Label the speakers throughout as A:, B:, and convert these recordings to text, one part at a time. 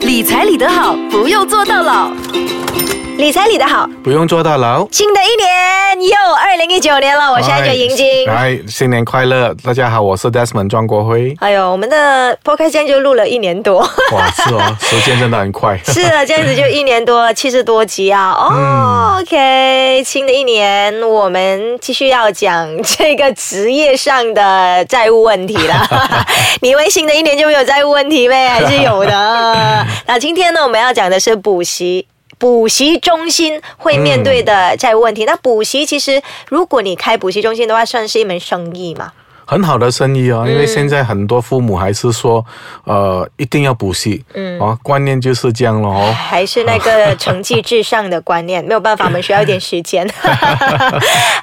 A: 理财理得好，不用做到老。
B: 理财理得好，
C: 不用做到牢。
B: 新的一年又二零一九年了，我现在就迎进。。
C: 哎来，新年快乐！大家好，我是 Desmond 庄国辉
B: 哎呦，我们的 podcast 这样就录了一年多，
C: 哇，是哦，时间真的很快。
B: 是啊，这样子就一年多了，七十多集啊。哦、o
C: 嗯
B: k 新的一年我们继续要讲这个职业上的债务问题了。你以为新的一年就没有债务问题呗？还是有的。那今天呢，我们要讲的是补习。补习中心会面对的债务问题，那补习其实如果你开补习中心的话，算是一门生意嘛。
C: 很好的生意哦，
B: 嗯
C: 因为现在很多父母还是说，呃，一定要补习，嗯，哦，观念就是这样了哦。
B: 还是那个成绩至上的观念，没有办法，我们需要一点时间。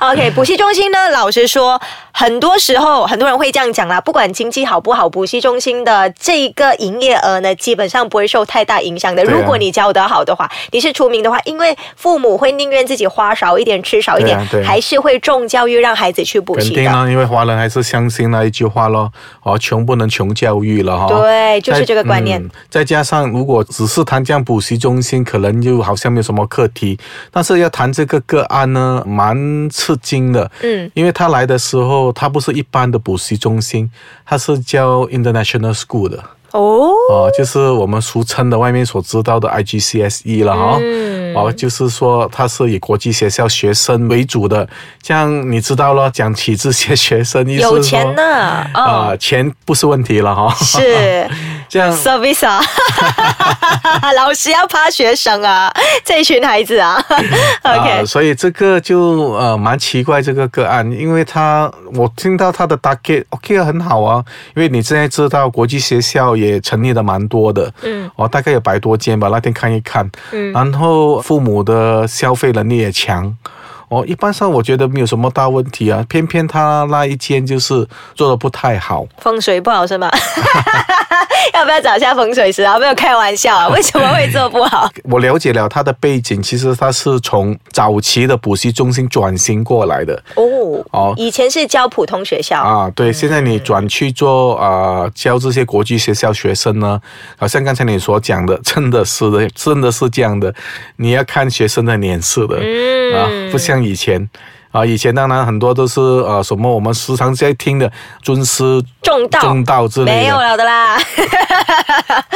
B: OK，补习中心呢，老实说，很多时候很多人会这样讲啦，不管经济好不好，补习中心的这个营业额呢，基本上不会受太大影响的。
C: 对啊
B: 如果你教得好的话，你是出名的话，因为父母会宁愿自己花少一点，吃少一点，
C: 对啊对啊
B: 还是会重教育让孩子去 补
C: 肯
B: 习
C: 定啊
B: 的。
C: 呢，因为华人还是相信那一句话咯，哦，穷不能穷教育了哈、哦
B: 对就是
C: 再
B: 这个观念
C: 嗯再加上，如果只是谈这样补习中心，可能就好像没有什么课题，但是要谈这个个案呢，蛮吃惊的。
B: 嗯，
C: 因为他来的时候，他不是一般的补习中心，他是叫 International School 的。
B: 哦，
C: 哦，就是我们俗称的外面所知道的 IGCSE 了哈、哦。
B: 嗯
C: 就是说它是以国际学校学生为主的，这样你知道了，讲起这些学生意思是说
B: 有钱呢，
C: 啊、
B: 哦，
C: 钱不是问题了哈、
B: 是。
C: 这样
B: service 啊，老师要怕学生啊，这群孩子啊
C: 啊、
B: ，OK，
C: 所以这个就呃蛮奇怪这个个案，因为他我听到他的 target OK 啊很好啊，因为你现在知道国际学校也成立的蛮多的，嗯，哦大概有百多间吧，那天看一看，嗯，然后父母的消费能力也强。哦，一般上我觉得没有什么大问题啊，偏偏他那一间就是做的不太好，
B: 风水不好是吗？ 要不要找一下风水师啊？没有开玩笑啊，为什么会做不好？
C: 我了解了他的背景，其实他是从早期的补习中心转型过来的，
B: 哦，
C: 哦
B: 以前是教普通学校，
C: 啊，对，现在你转去做
B: 嗯
C: 呃教这些国际学校学生呢，好像刚才你所讲的， 真的是的，真的是这样的，你要看学生的脸色的，
B: 嗯
C: 啊，不像以前。啊，以前当然很多都是呃什么我们时常在听的尊师
B: 重道
C: 重道之类的，
B: 没有了的啦。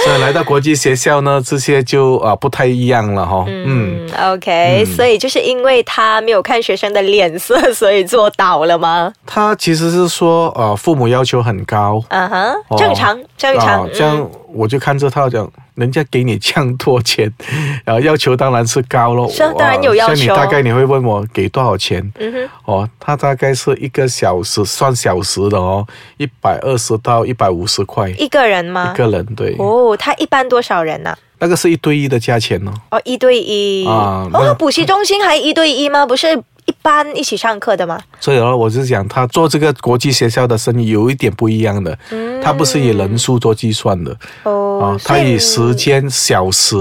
C: 所以来到国际学校呢，这些就啊、呃不太一样了哈、嗯，
B: 嗯，OK，所以就是因为他没有看学生的脸色，所以做倒了吗？
C: 他其实是说呃父母要求很高，
B: 嗯哼，
C: 哦
B: 正常，正
C: 啊
B: 常，
C: 这
B: 嗯
C: 样我就看着他讲，人家给你这样多钱， 然后要求当然是高咯。
B: 是啊
C: 哇
B: 当然有要求
C: 像你大概你会问我给多少钱？
B: 嗯哼。
C: 哦，他大概是一个小时算小时的哦，一百二十到一百五十块一
B: 一个人吗？
C: 个人，对，
B: 哦，他一般多少人呐、啊
C: 那个是一对一的价钱哦。
B: 哦，一对一。
C: 啊
B: 哦
C: 那，
B: 补习中心还一对一吗？不是一般一起上课的吗？
C: 所以呢，我是讲他做这个国际学校的生意有一点不一样的，他不是以人数做计算的
B: 嗯哦，
C: 啊，他
B: 所
C: 以时间小时。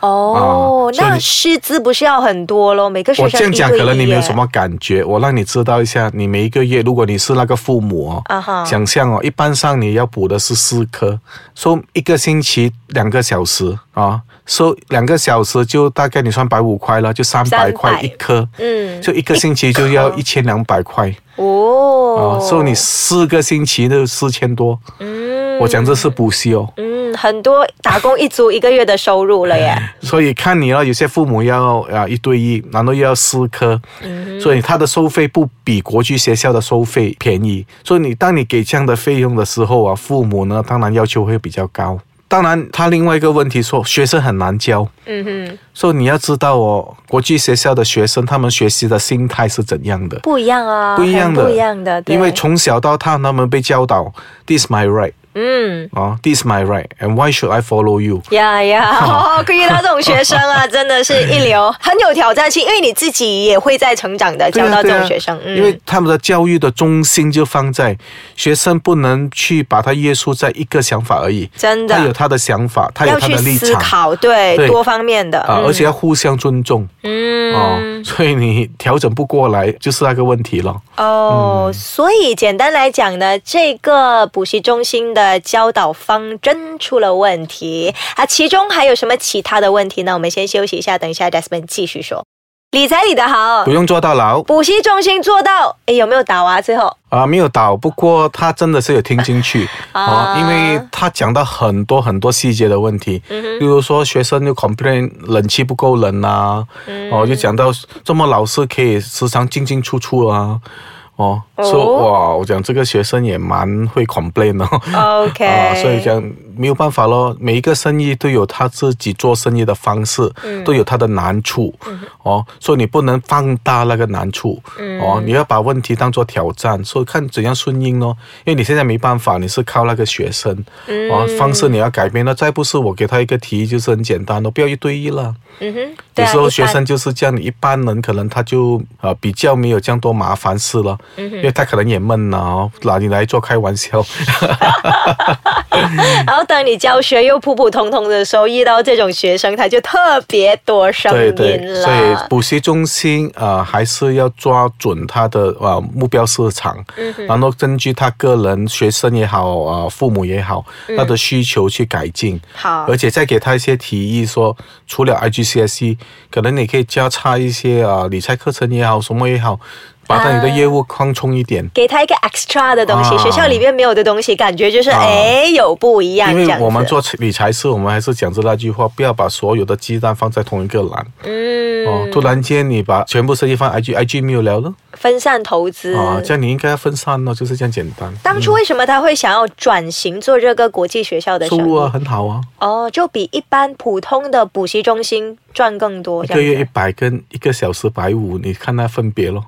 B: 哦，
C: 啊所以
B: 那
C: 你
B: 师资不是要很多咯？每个学
C: 我
B: 生
C: 这样讲
B: 一对一
C: 可能你没有
B: 耶
C: 什么感觉，我让你知道一下，你每一个月，如果你是那个父母哦，
B: 啊哈
C: 想象哦，一般上你要补的是四科，说、一个星期两个小时啊，说、两个小时就大概你算百五块了，就三百
B: 300
C: 块一科，
B: 嗯，
C: 就一个星期就要一千两百块
B: 哦
C: 啊，，说、你四个星期就四千多，
B: 嗯
C: 我讲这是补习哦。
B: 嗯，很多打工一族一个月的收入了 耶。
C: 所以看你了，有些父母要啊一对一，然后又要四科，
B: 嗯
C: 所以他的收费不比国际学校的收费便宜。所以你当你给这样的费用的时候啊，父母呢当然要求会比较高。当然，他另外一个问题说，学生很难教。
B: 嗯哼，
C: 所以你要知道哦，国际学校的学生他们学习的心态是怎样的，
B: 不一样啊，
C: 不一样的，
B: 很不一样的，对
C: 因为从小到大他们被教导，this my right
B: 嗯。
C: 啊，this my right，and why should I follow you？
B: 呀呀，
C: 啊
B: 哦，可以遇到这种学生 啊，真的是一流，很有挑战性，因为你自己也会在成长的，
C: 对
B: 教
C: 啊
B: 到这
C: 对
B: 种
C: 啊
B: 学生，嗯
C: 因为他们的教育的中心就放在学生不能去把它约束在一个想法而已，
B: 真
C: 他有
B: 的
C: 他的想法，他有
B: 要
C: 他
B: 去
C: 的立
B: 思
C: 场
B: 考，对
C: 对
B: 多方面的，
C: 啊、而且要互相尊重、
B: 嗯
C: 哦，所以你调整不过来就是那个问题了。
B: 哦，所以简单来讲呢，这个补习中心的教导方针出了问题啊，其中还有什么其他的问题呢？我们先休息一下，等一下 Desmond 继续说。理财理得好
C: 不，用坐到牢
B: 补习中心做到，哎，有没有倒啊？最 后
C: 啊，没有倒。不过他真的是有听进去
B: 啊
C: 啊，因为他讲到很多很多细节的问题，
B: 嗯
C: 例如说学生就 complain 冷气不够冷啊，
B: 嗯
C: 哦，就讲到这么老师可以时常进进出出啊。哦，
B: 哦
C: 说、哇，我讲这个学生也蛮会 complain 的、
B: 哦 ，OK，、
C: 啊，所以讲没有办法咯，每一个生意都有他自己做生意的方式，
B: 嗯
C: 都有他的难处，哦，所以你不能放大那个难处，
B: 嗯
C: 哦，你要把问题当做挑战，所以看怎样顺应咯，因为你现在没办法，你是靠那个学生，哦，
B: 嗯
C: 方式你要改变了，再不是我给他一个提议就是很简单的，不要一对一了，
B: 嗯哼，对
C: 有
B: 啊
C: 时候
B: 一
C: 学
B: 般
C: 生就是这样，你一般人可能他就呃比较没有这样多麻烦事了，
B: 嗯
C: 因为他可能也闷了、哦，拿你来做开玩笑。
B: 然后当你教学又普普通通的时候，遇到这种学生，他就特别多声
C: 对对
B: 音，了。
C: 所以补习中心呃还是要抓准他的呃目标市场，
B: 嗯
C: 然后根据他个人学生也好呃父母也好他的需求去改进，
B: 好
C: 而且再给他一些提议说，除了 IGCSE，可 E，能你可以加插一些啊、呃理财课程也好，什么也好，把他你的业务扩充一点。
B: 给他一个 extra 的东西，
C: 啊
B: 学校里面没有的东西，感觉就是
C: 啊
B: 哎、有不一样
C: 因
B: 这样
C: 为
B: 子。
C: 我们做理财事，我们还是讲着那句话，不要把所有的鸡蛋放在同一个篮。
B: 嗯、
C: 哦，突然间你把全部生意放 IG，IG 没有聊了。
B: 分散投资。
C: 啊，这样你应该要分散咯，就是这样简单。
B: 当初为什么他会想要转型做这个国际学校的
C: 收
B: 生
C: 入啊
B: 意？
C: 很好啊，
B: 哦，就比一般普通的补习中心赚更多，
C: 一
B: 这
C: 个月
B: 样
C: 一
B: 子。
C: 百跟一个小时百五，你看那分别咯。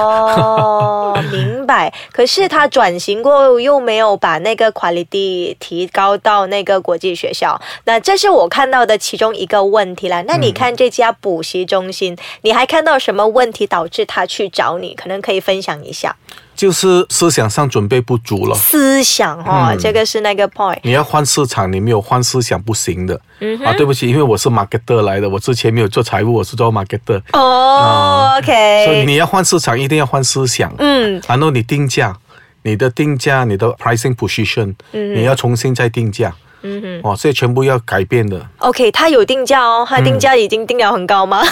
B: 哦，明白。可是他转型过后又没有把那个 quality 提高到那个国际学校，那这是我看到的其中一个问题啦。那你看这家补习中心，你还看到什么问题导致他去找你？可能可以分享一下。
C: 就是思想上准备不足咯。
B: 思想哦，
C: 嗯
B: 这个是那个 point。
C: 你要换市场，你没有换思想不行的。
B: 嗯
C: 啊，对不起，因为我是 marketer 来的，我之前没有做财务，我是做 marketer，、
B: 哦、o
C: 啊所以
B: k
C: 你要换市场，一定要换思想。
B: 嗯，
C: 然后你定价，你的定价，你的 pricing position，、你
B: 嗯
C: 要重新再定价。嗯哦，这全部要改变的。
B: OK，他有定价哦，他定价已经定了很高 吗？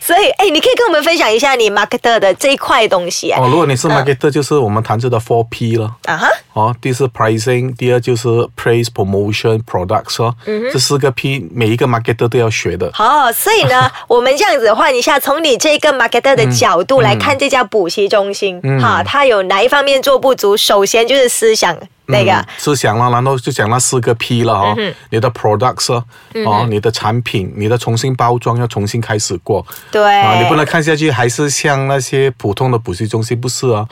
B: 所以，哎，你可以跟我们分享一下你 marketer 的这一块东西啊
C: 哦，如果你是 marketer，、就是我们谈着的 four P 了。
B: 啊哈，
C: 哦，第一是 pricing，第二就是 praise promotion products 哦，这四个 P 每一个 marketer 都要学的。
B: 好，所以 呢，我们这样子换一下，从你这个 marketer 的角度来看这家补习中心，
C: 嗯
B: 哈，它有哪一方面做不足？首先就是思想那个，
C: 嗯思想了，然后就讲那四个 P 了哦，你的 products 哦，哦，你的产品，你的重新包装要重新开始过。
B: 对，
C: 啊，你不能看下去，还是像那些普通的补习中心，不是啊？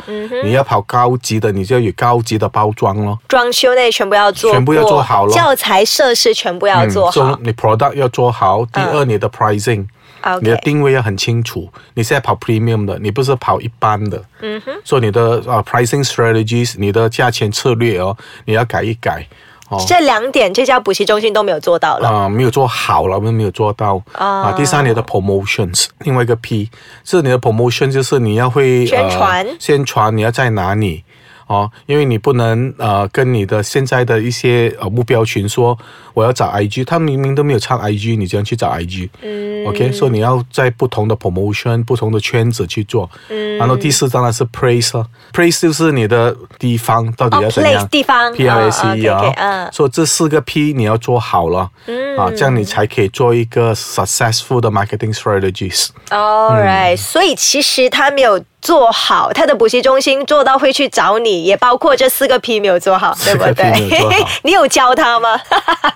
C: 你要跑高级的，你就要有高级的包装咯。
B: 装修那全部要做过，
C: 全部要做好咯
B: 教材设施全部要做好嗯啊
C: 嗯、so，你 product 要做好，第二你的 pricing，、
B: OK
C: 你的定位要很清楚。你现在跑 premium 的，你不是跑一般的。嗯哼。所以你的啊、pricing strategies，你的价钱策略哦，你要改一改哦。
B: 这两点这家补习中心都没有做到了。
C: 啊、没有做好了，我们没有做到啊、第三，你的 promotions，另外一个 P，是你的 promotion，就是你要会
B: 宣传
C: 呃、宣传你要在哪里哦，因为你不能呃跟你的现在的一些呃目标群说我要找 IG，他明明都没有唱 IG，你怎样去找 IG？嗯，OK，所以你要在不同的 promotion、不同的圈子去做。嗯，然后第四当然是 praise 啊，praise 就是你的地方到底要怎样、
B: 哦，place，地方
C: P R S
B: 哦
C: E
B: ，OK，OK，
C: 啊
B: 嗯，
C: 所以这四个 P 你要做好了，啊，这样你才可以做一个 successful 的 marketing strategies。嗯
B: All right，、所以其实他没有做好，他的补习中心做到会去找你，也包括这四个 P 没有做好，对
C: 四
B: 不
C: 个 P 没有做
B: 对
C: 好？
B: 你有教他 吗？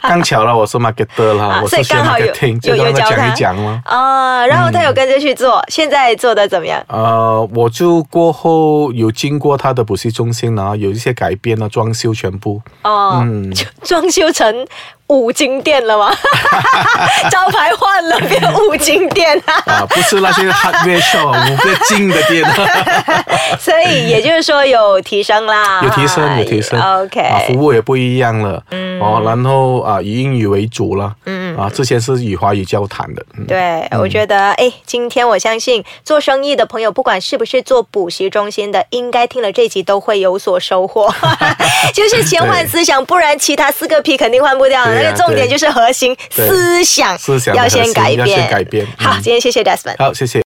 C: 刚巧了，我是 marketer 啦，
B: 啊
C: 我
B: 所以
C: 是学
B: 刚好有
C: marketing，
B: 有
C: 就
B: 有
C: 让
B: 教
C: 他讲
B: 他
C: 一讲嘛。
B: 啊、然后他有跟着去做，现在做的怎么样？
C: 呃，我就过后有经过他的补习中心呢，有一些改变了，装修全 部。
B: 哦，
C: 嗯
B: 就装修成五金店了 吗？招牌换了，变五金店啊！
C: 啊，不是那些 hardware shop 啊五个金的店，啊
B: 所以也就是说有提升啦，
C: 有提升，有提升。
B: 哎
C: 啊
B: OK，、
C: 啊，服务也不一样了。哦，然后啊，以英语为主了。嗯嗯啊，之前是与华语交谈的，嗯，
B: 对，我觉得，哎，今天我相信做生意的朋友，不管是不是做补习中心的，应该听了这集都会有所收 获，就是钱换
C: 啊
B: 思想，不然其他四个 P 肯定换不掉的。
C: 对
B: 那
C: 啊
B: 个重点
C: 对
B: 就是核心
C: 对啊
B: 思想，
C: 思想的
B: 要
C: 核
B: 先
C: 心
B: 改
C: 要
B: 变，
C: 先改变
B: 好，
C: 嗯
B: 今天谢谢 Desmond。
C: 好，谢谢。